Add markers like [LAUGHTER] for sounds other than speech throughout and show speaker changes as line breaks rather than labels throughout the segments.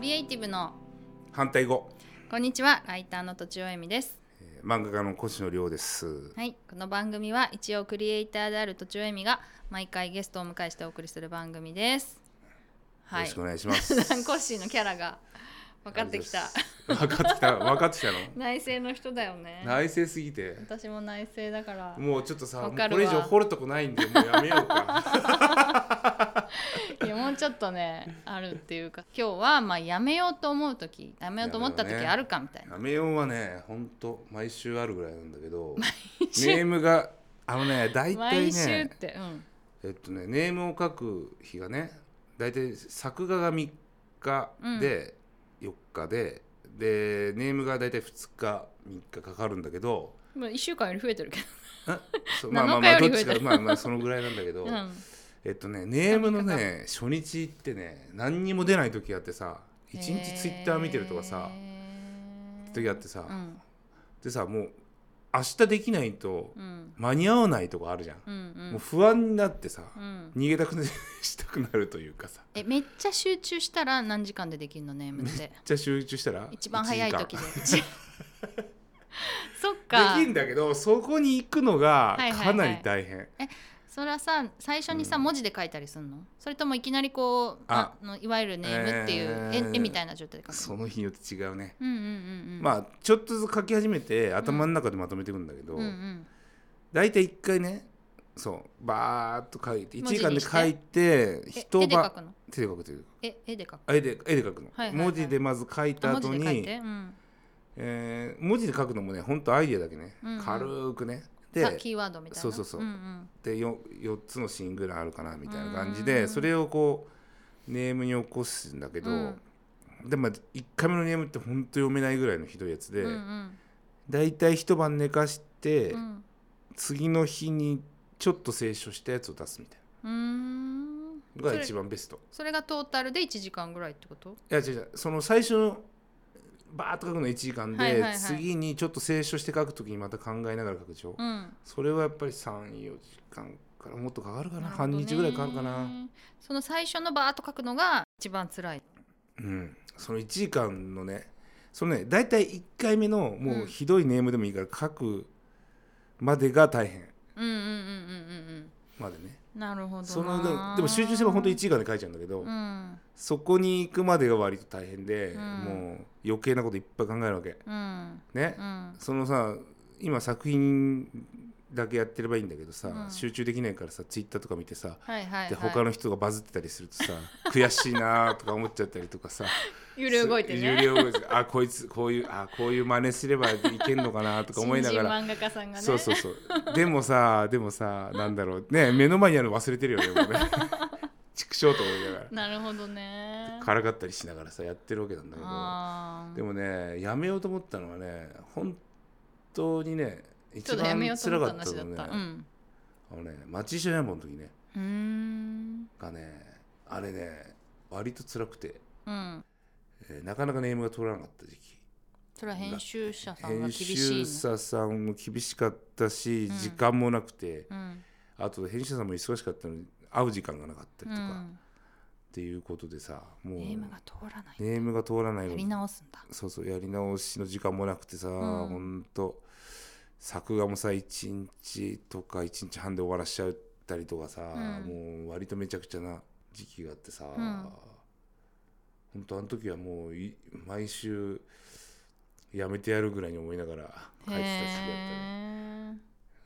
リエイティブの
反対語、
こんにちはライターのとちおえみです
えー漫画家の越野亮です。
はいこの番組は一応クリエイターであるとちおえみが毎回ゲストをお迎えしてお送りする番組ですは
よろ
い
しくお願いし
[LAUGHS]
ます。
南光市のキャラが分かってきた
ありがとうございます。分かってきた。分かってきたの。
内政の人だよね
内省すぎて。
私も内政だから
もうちょっとさ、も
わ
う
かる
こ
わ
れ以上掘るとこないんで、もうやめよ
[LAUGHS]
うか。
いやもうちょっとねあるっていうか今日はまあやめようと思う時やめようと思った時
やめようね
あるかみたいな、
やめようはね、本当毎週あるぐらいなんだけど。ネームが、あのね、大体
毎週っ
ね、
てうん
えっとね、ネームを書く日がね、大体作画が3日で、4日で、で、ネームが大体2日、3日かかるんだけど、
まあ1週間より増えてるけ
そうまあまあま
7
あ
日
ど
よ
っ
り増え
ち
た
かまあまあそのぐらいなんだけど、
ど、うん、
えっとねネームのね初日ってね何にも出ない時あってさ一日ツイッター見てるとかさ
へー
時あってさ、
うん
でさもう明日できないと
うん
間に合わないとかあるじゃん、
うん
もう不安になってさ、
うんうん
逃げたくなしたくなるというかさ
えめっちゃ集中したら何時間でできるのネームって
じゃあ集中したら
一番早い時
1
で
時
[LAUGHS] そっか
間できんだけどそこに行くのが
はいはいはい
かなり大変、
それはさ最初にさ、
うん
文字で書いたりするのそれともいきなりこうあ
あ
のいわゆるネームっていう絵,、
えー
絵みたいな状態で書く
そ
の
の日によって違うね、
うんうんうんうん
まあちょっとずつ書き始めて頭の中でまとめていくんだけど、
うんうん
大体一回ねそうバーっと書いて1
文字
時間
に
で
して
書いて
え
一
絵で書
晩
くの
手で書くという
え絵で書く
あ絵で絵で書くの、
はいはいはい
文字でまず書いた
あ
後
文字で書いて、
に、
うん、
えー文字で書くのもねほんとアイデアだけね、
うんうん
軽くね
さ
で
キーワードみたいな
そうそうそうん
ん
で 4, 四つのシーンぐらいあるかなみたいな感じ
う
で
ん
それをこうネームに起こすんだけど、
うん
でも1回目のネームってほんと読めないぐらいのひどいやつで、
うんうん
大体一晩寝かして、
うん
次の日にちょっと清書したやつを出すみたいう
ーん
なの
そ
が
れ
一番ベスト。
それがトータルで1時間ぐらいってこと
いや違う違うその最初のバーッと書くの1時間で、
はいはいはい
次にちょっと清書して書くときにまた考えながら書くでしょ、
うん
それはやっぱり34時間からもっとかかるかな
るほど
半
ね
日ぐらいかかるかな
その最初のバーッと書くのが一番辛い
うんその1時間のねそのね大体1回目のも
うん
うひどいネームでもいいから書くまでが大変
うんうんうんうんうん
までね
うんなるほどな
そのでもでも集中すれば本当1時間で書いちゃうんだけど、
うん
そこに行くまでが割と大変で、
うん
もう余計なこといっぱい考えるわけ
うん
ね、
うん
そのさ今作品だけやってればいいんだけどさ、
うん
集中できないからさツイッターとか見てさ、
はいはい、はい、
で他の人がバズってたりす
[LAUGHS]
るとさ悔しいなとか思っちゃったりとかさ
揺れ動いてね
揺れ動いてあこいつこういうあこういう真似すればいけんのかなとか思いながら、
新人漫画家さんがね
そうそうそうでもさでもさなんだろうね目の前にあるの忘れてるよねもうね
[LAUGHS]
畜生と思いながら
なるほどね
からかったりしながらさやってるわけなんだけど。
あー
でもねやめようと思ったのはね本当にね
ちょ
一
っとやめ
番
ようと
辛
思
か
った
った
話だ
の
っ
ね
た、うん
あのね町医者山の時ね
うーん
がねあれね割と辛くて、
うん
えーなかなかネームが取らなかった時期
それは編集者さんが
編
厳しい
集
の
者さんも厳しかったし、
うん
時間もなくて
うん
あと編集者さんも忙しかったのに会う時間がなかった
う
りとか、っ
ん
ていうことでさもう
ネームが通らない
ネームが通らない
やり直すんだ
そうそうやり直しの時間もなくてさ、
ん
ほんと作画もさ1日とか1日半で終わらしちゃったりとかさ、
うん
もう割とめちゃくちゃな時期があってさ、
ん
ほんとあの時はもうい毎週やめてやるぐらいに思いながら書いてた時期だったね、
へえ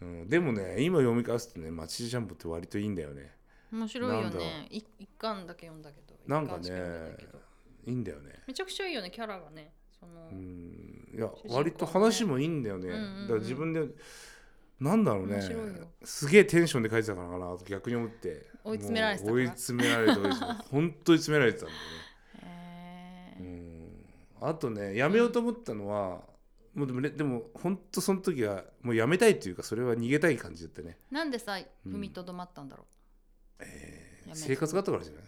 うん、でもね今読み返すとね「マチジャンボ」って割といいんだよね
面白いよ
なんだ
ねい一巻だけ読んだけど
なんかね
一巻しか読んだんだけど
いいんだよね
めちゃくちゃいいよねキャラがねその、
うんいや
主人公ね
割と話もいいんだよね、
うんうんうん
だから自分でなんだろうね
面白いよ
すげえテンションで書いてたからかなと逆に思って
追い詰められてたから
もう追い詰められて追
[LAUGHS]
い詰められて本当に詰められてたんだよ
へえ
ね、うん、あとねやめようと思ったのは、もうでもねでも本当その時はもうやめたいというかそれは逃げたい感じだったね、
なんでさ踏みとどまったんだろ
えー
やめた、
生活があったからじゃない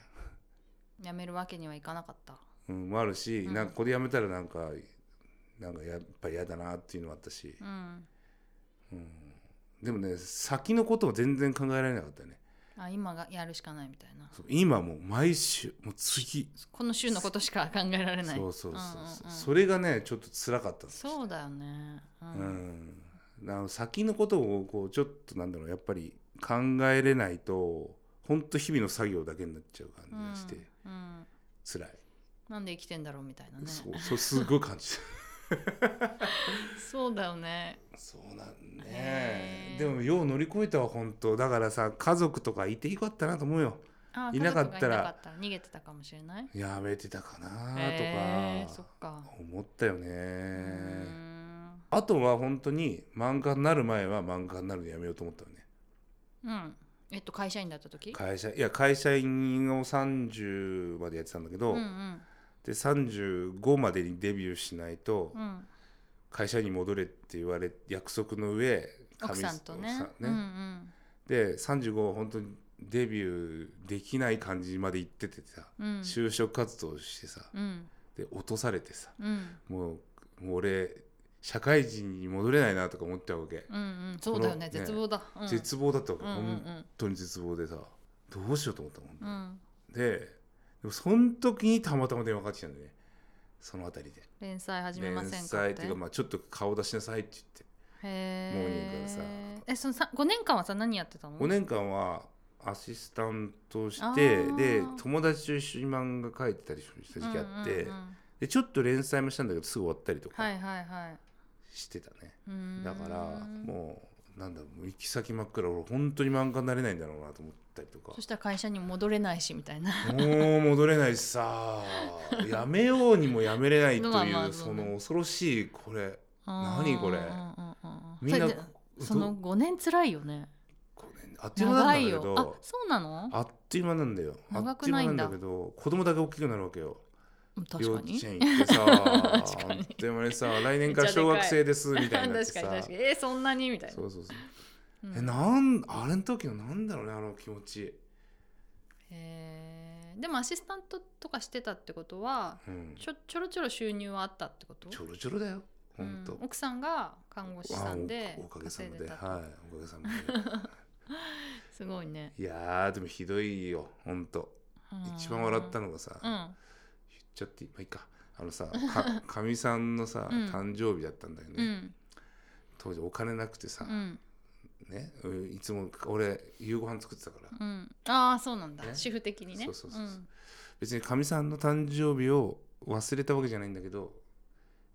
う
やめるわけにはいかなかった
うんもあるし、
うん
なんかこれやめたらなんかなんかやっぱ嫌だなっていうのもあったし、
うん
でもね先のことを全然考えられなかったね
うあ今がやるしかないみたいな
そう今もう毎週もう次
この週のことしか考えられない
そうそうそうそう、
んんん
それがねちょっと辛かったんですよ
そうだよねうん、
うん、あの先のことをこうちょっとなんだろうやっぱり考えれないとほんと日々の作業だけになっちゃう感じがして、
うんうん
辛い、
なんで生きてんだろうみたいなね
そうそうすごい
[LAUGHS]
感じた
そうだよね
そうなん
へ
ね
ー
でもよう乗り越えたわ本当だからさ家族とかいてよかったなと思うよ
あ
いなかった
家
ら
族がいなかったら逃げてたかもしれない
やめてたかな
へー
と
そっ
か
か
思ったよね、
うーん
あとは本当に漫画になる前は漫画になるのやめようと思ったのね
うんえっと会社員だった時
会社いや会社員を30までやってたんだけど、
うんうん
で35までにデビューしないと
うん
会社に戻れって言われ約束の上
奥さんとね
神様
うんうん
で35は本当にデビューできない感じまで行っててさ、
うん
就職活動してさ
うん
で落とされてさ
うん
もうもう俺社会人に戻れないなとか思っちゃうわけ、
うんうんそうだよね
このね
絶望だうん
絶望だったわけ、
うんうんう
本
ん
当に絶望でさどうしようと思ったもん、
うん
ででもその時にたまたま電話かかってきたんだよねその辺りで
連載始めま
連
せんかっ
載って
て
いうか、まあ、ちょっと顔出しなさいって言ってモーニング
へ
からさ
ーえそのさ5年間はさ何やってたの
5年間はアシスタントをし
あ
て
ー
で友達と一緒に漫画描いてたりした時期あって、
うんうんうん
でちょっと連載もしたんだけどすぐ終わったりと
は
か
いはいはい
してたね、
うーん
だからもうなんだろう行き先真っ暗俺本当に漫画になれないんだろうなと思ったりとか
そしたら会社に戻れないしみたいな
[LAUGHS] もう戻れないしさやめようにもやめれないと
まあ
い
まあ
う
そ
そう
ね
の恐ろしいこれ
何
これみ
みん
ん
な
な
その
ど
5年つらいよね
これあっという
長
間なん
い
だけ
よあ
ど
そうなの
あっという間なんだよ
長くないんだ
あっという間なんだけど子供だけ大きくなるわけよ
うん
幼
確か
稚
に
園行ってさ
確かに
でもねさ
[LAUGHS]
来年から小学生ですみた
確か
いにな
に
ってさ
[LAUGHS] 確かにえそんなにみたいな
そうそうそう
うん
えなんあれの時のなんだろうねあの気持ち、
へーでもアシスタントとかしてたってことは
うん、
ちょちょろちょろ収入はあったってこと
ちょろちょろだよほ
うん
と、
ん奥さんが看護師さんで
あおおかげさ
稼い
ま
で
で
たと
はいおかげさま
すごいね
でいやーでもひどいよほんと一番笑ったのがさ、
う
言っ
ん
ちゃっていいまあいいかあのさ
[LAUGHS]
かかみさんのさ、
うん
誕生日だったんだよね、
うん
当時お金なくてさ
う、ん
ねうんいつも俺夕ご飯作ってたから、
うんああそうなんだ
ね
主婦的にね
そうそうそうそうん別にかみさんの誕生日を忘れたわけじゃないんだけど、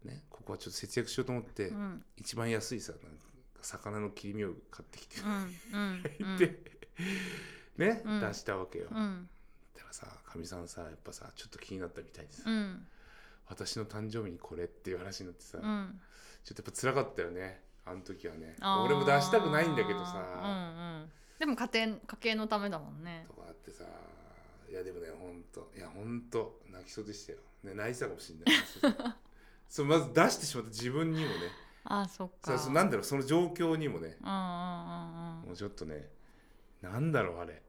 ね、ここはちょっと節約しようと思って、
うん
一番安いさなんか魚の切り身を買ってきて、
うんうん
[LAUGHS] で、ね、
うん
出したわけよ、
う
だ
ん
からさかみさんさやっぱさちょっと気になったみたいでさ、
うん
私の誕生日にこれっていう話になってさ、
うん
ちょっとやっぱ辛かったよねあの時はね
あー
俺も出したくないんだけどさ、
うんうん、でも家庭家計のためだもんね
とかあってさいやでもねほんといやほんと泣きそうでしたよ、ね、泣いてたかもしれない
[LAUGHS]
そうそうまず出してしまった自分にもね
あそっ
さ
か
そうなんだろうその状況にも
うんうんう
ね
ん
もうちょっとねなんだろうあれ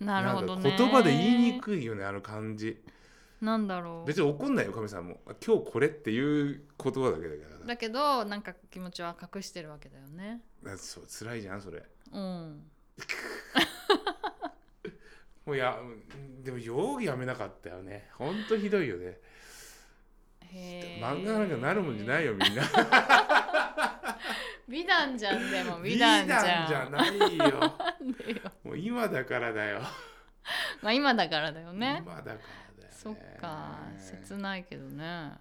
うんなるほどね
んか言葉で言いにくいよねあの感じ
なんだろう
別に怒んないよ神さんも今日これっていう言葉だけだから
だけどなんか気持ちは隠してるわけだよね
だってそう辛いじゃんそれ
うん
もうやうんでもようやめなかったよねほんとひどいよね
へえ
漫画なんかなるもんじゃない
よ
よみんな
美談じゃんでも [LAUGHS] 美談じゃん
美談じゃないよ
なんでよ
もう今だからだよ。
[LAUGHS] まあ今だからだよね
今だからだよ、ね。
そっか切ないけどね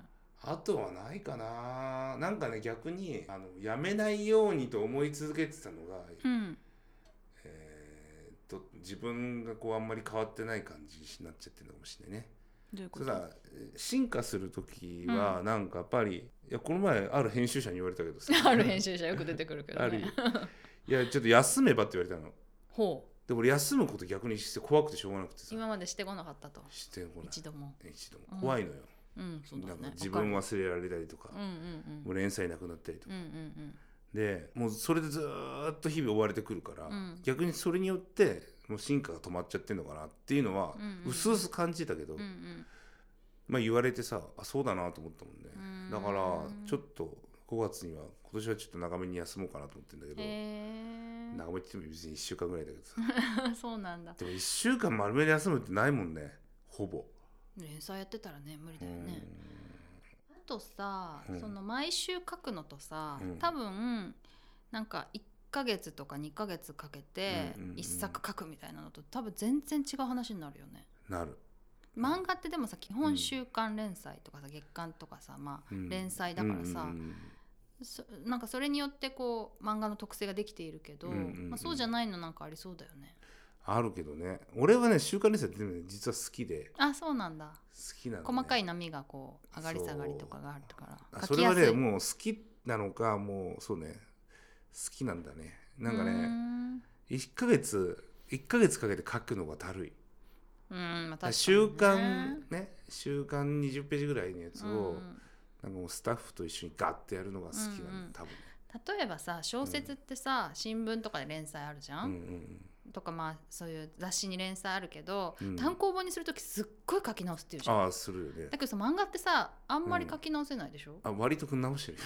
あとはないかな。なんかね逆にあのやめないようにと思い続けてたのが、
うん
えーっと自分がこうあんまり変わってない感じになっちゃってるのかもしれないね。
どういうこ
それ
と、
だ進化する時はなんかやっぱり、いやこの前ある編集者に言われたけどさ
[LAUGHS] ある編集者よく出てくるけど
ある
ね
いやちょっと休めばって言われたの。
[LAUGHS] ほう
で俺休むこと逆にして怖くてしょうがなくてさ、
今までしてこなかったと
してこない。
一度も
一度
うん
も怖いのよ。
うんそうだ
なんか
ね
自分
わ
忘れられたりとか
かる、うん
もう連載なくなったりと
うんうん
か、
うんうん
でもうそれでずーっと日々追われてくるから、
うん
逆にそれによってもう進化が止まっちゃってんのかなっていうのは
うんうんうん
うすうす感じたけど、
うんうん
まあ言われてさあそうだなと思ったもんね、
うん
だからちょっと5月には今年はちょっと長めに休もうかなと思ってんだけど、
へえね
長めって言っても別に1週間ぐらいだけどさ
[LAUGHS] そうなんだ
でも1週間丸めで休むってないもんねほぼ、
連載やってたらね無理だよね、あとさ、
うん
その毎週書くのとさ、
うん
多分なんか1ヶ月とか2ヶ月かけて
うんうんうん
1作書くみたいなのと多分全然違う話になるよね。
うんなる、
漫画ってでもさ基本週刊連載とかさ月刊とかさまあ
うん
連載だからさ
うんうん
そなんかそれによってこう漫画の特性ができているけど
うんうんうん
まあそうじゃないのなんかありそうだよね。
あるけどね俺はね週刊連載ってでもね実は好きで
あそうなんだ
好きなの、ね、
細かい波がこう上がり下がりとかがあるか
あ
ら
そ
書き
れ
や
は
すい。
ねもう好きなのかもうそうね好きなんだねなんか
うー
ね
ん
1ヶ月1ヶ月かけて書くのがだるい
うんまあ確かにね
週刊ね週刊20ページぐらいのやつ
う
を、
ん
なんかもうスタッフと一緒にガッてやるのが好きなの、
うんうん
多分、
例えばさ小説ってさ、新聞とかで連載あるじゃ、
うんん
とかまあそういう雑誌に連載あるけど、
うん
単行本にする時すっごい書き直すっていうじ
う
ゃん
ん、ああするよね
だけどさ漫画ってさあんまり書き直せないでしょ、
あ割と直してるよ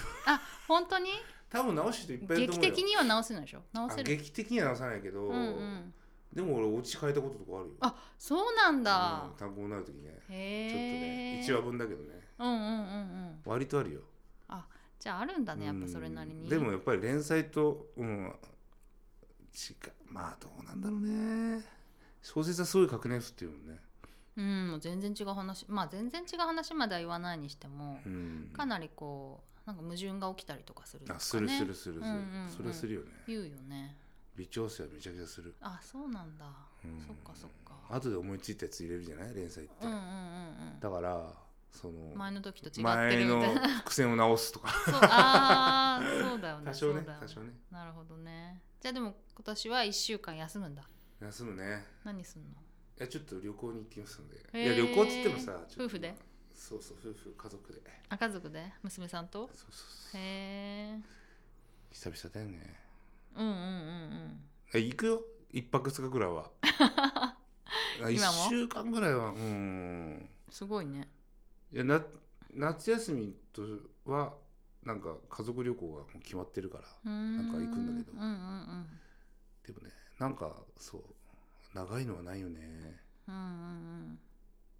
本当に
多分直してる人いっぱいいると
劇
思うよ
的には直せないでしょ直
あ
せる
劇的には直さないけど、
うんうん
でも俺お家変えたこととかあるよ
あそうなんだ
うん、単行になる時ねちょっ
へ
とね
え
1話分だけどね
うんうんうんうん
割とあるよ
じゃああるんだねやっぱそれなり
うん
に
でもやっぱり連載とうん違うまあどうなんだろうね小説はすごい確年数っていうもんね、
うんもう全然違う話まあ全然違う話までは言わないにしても
う、ん、
かなりこうなんか矛盾が起きたりとかするとか、ね、
あするするするす
う
る、
んうんうん
それはするよね
言うよね
微調整はめちゃくちゃする、
あそうなんだ、
うん、
そっかそっか
後で思いついたやつ入れるじゃない連載って、
うんうん
だからその
うん前の時と違って
前
るみ
の
たいな
伏線を直すとか
[LAUGHS] そうああそうだよね
[LAUGHS] 多少
そ
ね
うだよ
多少ね
なるほどねじゃあでも今年は1週間休むんだ
休むね
何すんの
いやちょっと旅行に行ってきますので、
へ
いや
ー
旅行っつってもさちょっと
夫婦で
そうそう夫婦家族で
あ家族で娘さんと
そうそうそう
へえ
久々だよね
うんうんうん
え行くよ一泊二日ぐらい
[LAUGHS]
はあ一
今も
週間ぐらいはうん
うんすごいね
いやな夏休みとはなんか家族旅行がもう決まってるから
な
なんか行くんだけど
うんうん
でもねなんかそう長いのはないよね
うんうんうん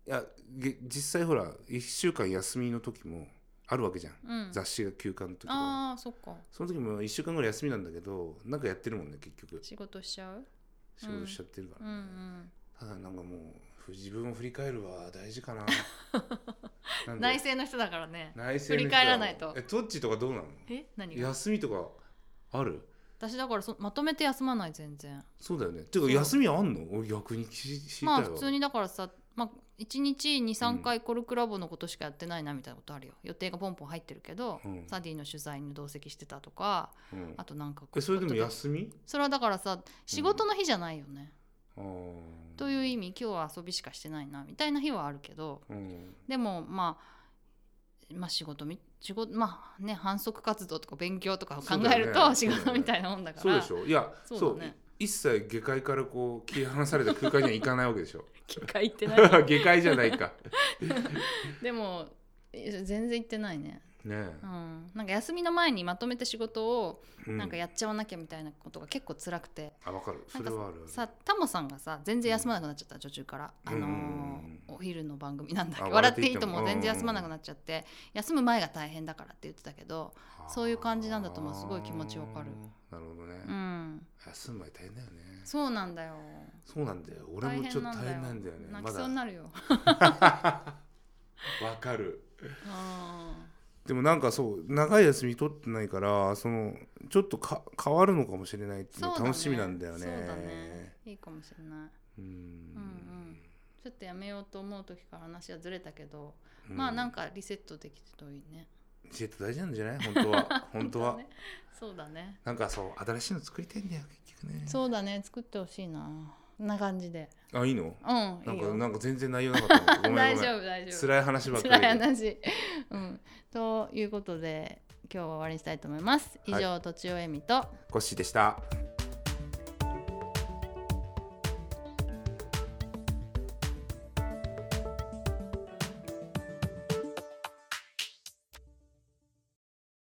いやげ実際ほら1週間休みの時もあるわけじゃん、
うんうん
雑誌が休刊の時とか
ああそっか
その時も1週間ぐらい休みなんだけどなんかやってるもんね結局
仕事しちゃう
仕事しちゃってるか
う
ら
ん
ね、
うん
ただなんかもうふ自分を振り返るは大事か
[LAUGHS]
ななんで
内政の人だからね
内省
振り返らないと
えトッチとかどうなの
え何が
休みとかある
私だからそまとめて休まない全然
そうだよねてい
そ
う
う
か休みあんの俺逆に知知りたい
ま
わ
あ普通にだからさ、まあ、1日
うん
23回コルクラボのことしかやってないなみたいなことあるよ予定がポンポン入ってるけど、
うん
サディの取材に同席してたとか
うん
あとなんか
えそれでも
や
休み
それはだからさ仕事の日じゃないよね、
あー
という意味今日は遊びしかしてないなみたいな日はあるけど
うん
でもまあまあ仕事み仕事まあね反則活動とか勉強とかを考える
そうだよ
と
ね
仕事みたいなもんだか
そう
ら、
でしょいや
そ
そうう,、
だね
一切下界からこう切り離された空間には行かないわけでしょ
機会ってない
下界じゃないか
でもえ全然行ってないね
ね
うん、なんか休みの前にまとめて仕事を
え、う
なんかやっちゃわなきゃみたいなことが結構辛くて、
あわかるそれはある
さタモさんがさ全然休まなくなっちゃった途中から、あのー
うんうんうん
お昼の番組なんだっけ
あ
笑っていいと
笑
も
っていいとも
全然休まなくなっちゃって、休む前が大変だからって言ってたけど、そういう感じなんだと思うすごい気持ちわかる
あーなるほどね、
うん、
休む前大変だよね
そうなんだよ
そうなんだよ俺もちょっと大変なんだよね
泣
ま
き
だ
そうになる
[LAUGHS]
よ、
わかる
うん
でもなんかそう長い休み取ってないからそのちょっとか変わるのかもしれないっていう
そう
の
だね
楽しみなんだよね。
そうだねいいかもしれない
うん
んちょっとやめようと思う時から話はずれたけど、
う
まあなん
か
かリセットできてるといいね
ジェット大事なんじゃない本
[LAUGHS]
当は本当は、
ねそうだね
なんかそう新しいの作りたいんだよ結局ね。
そうだね作ってほしいなこんな感じで
あいいの？
うん
なん
いい
か
よ
なんか全然内容なかったの。ごめんごめ
[LAUGHS] 大
ん。
丈夫大丈夫
辛い話ばっかり
辛
で。
い話うんということで今日は終わりにしたいと思います以上、とちおえみと
コッシーでした。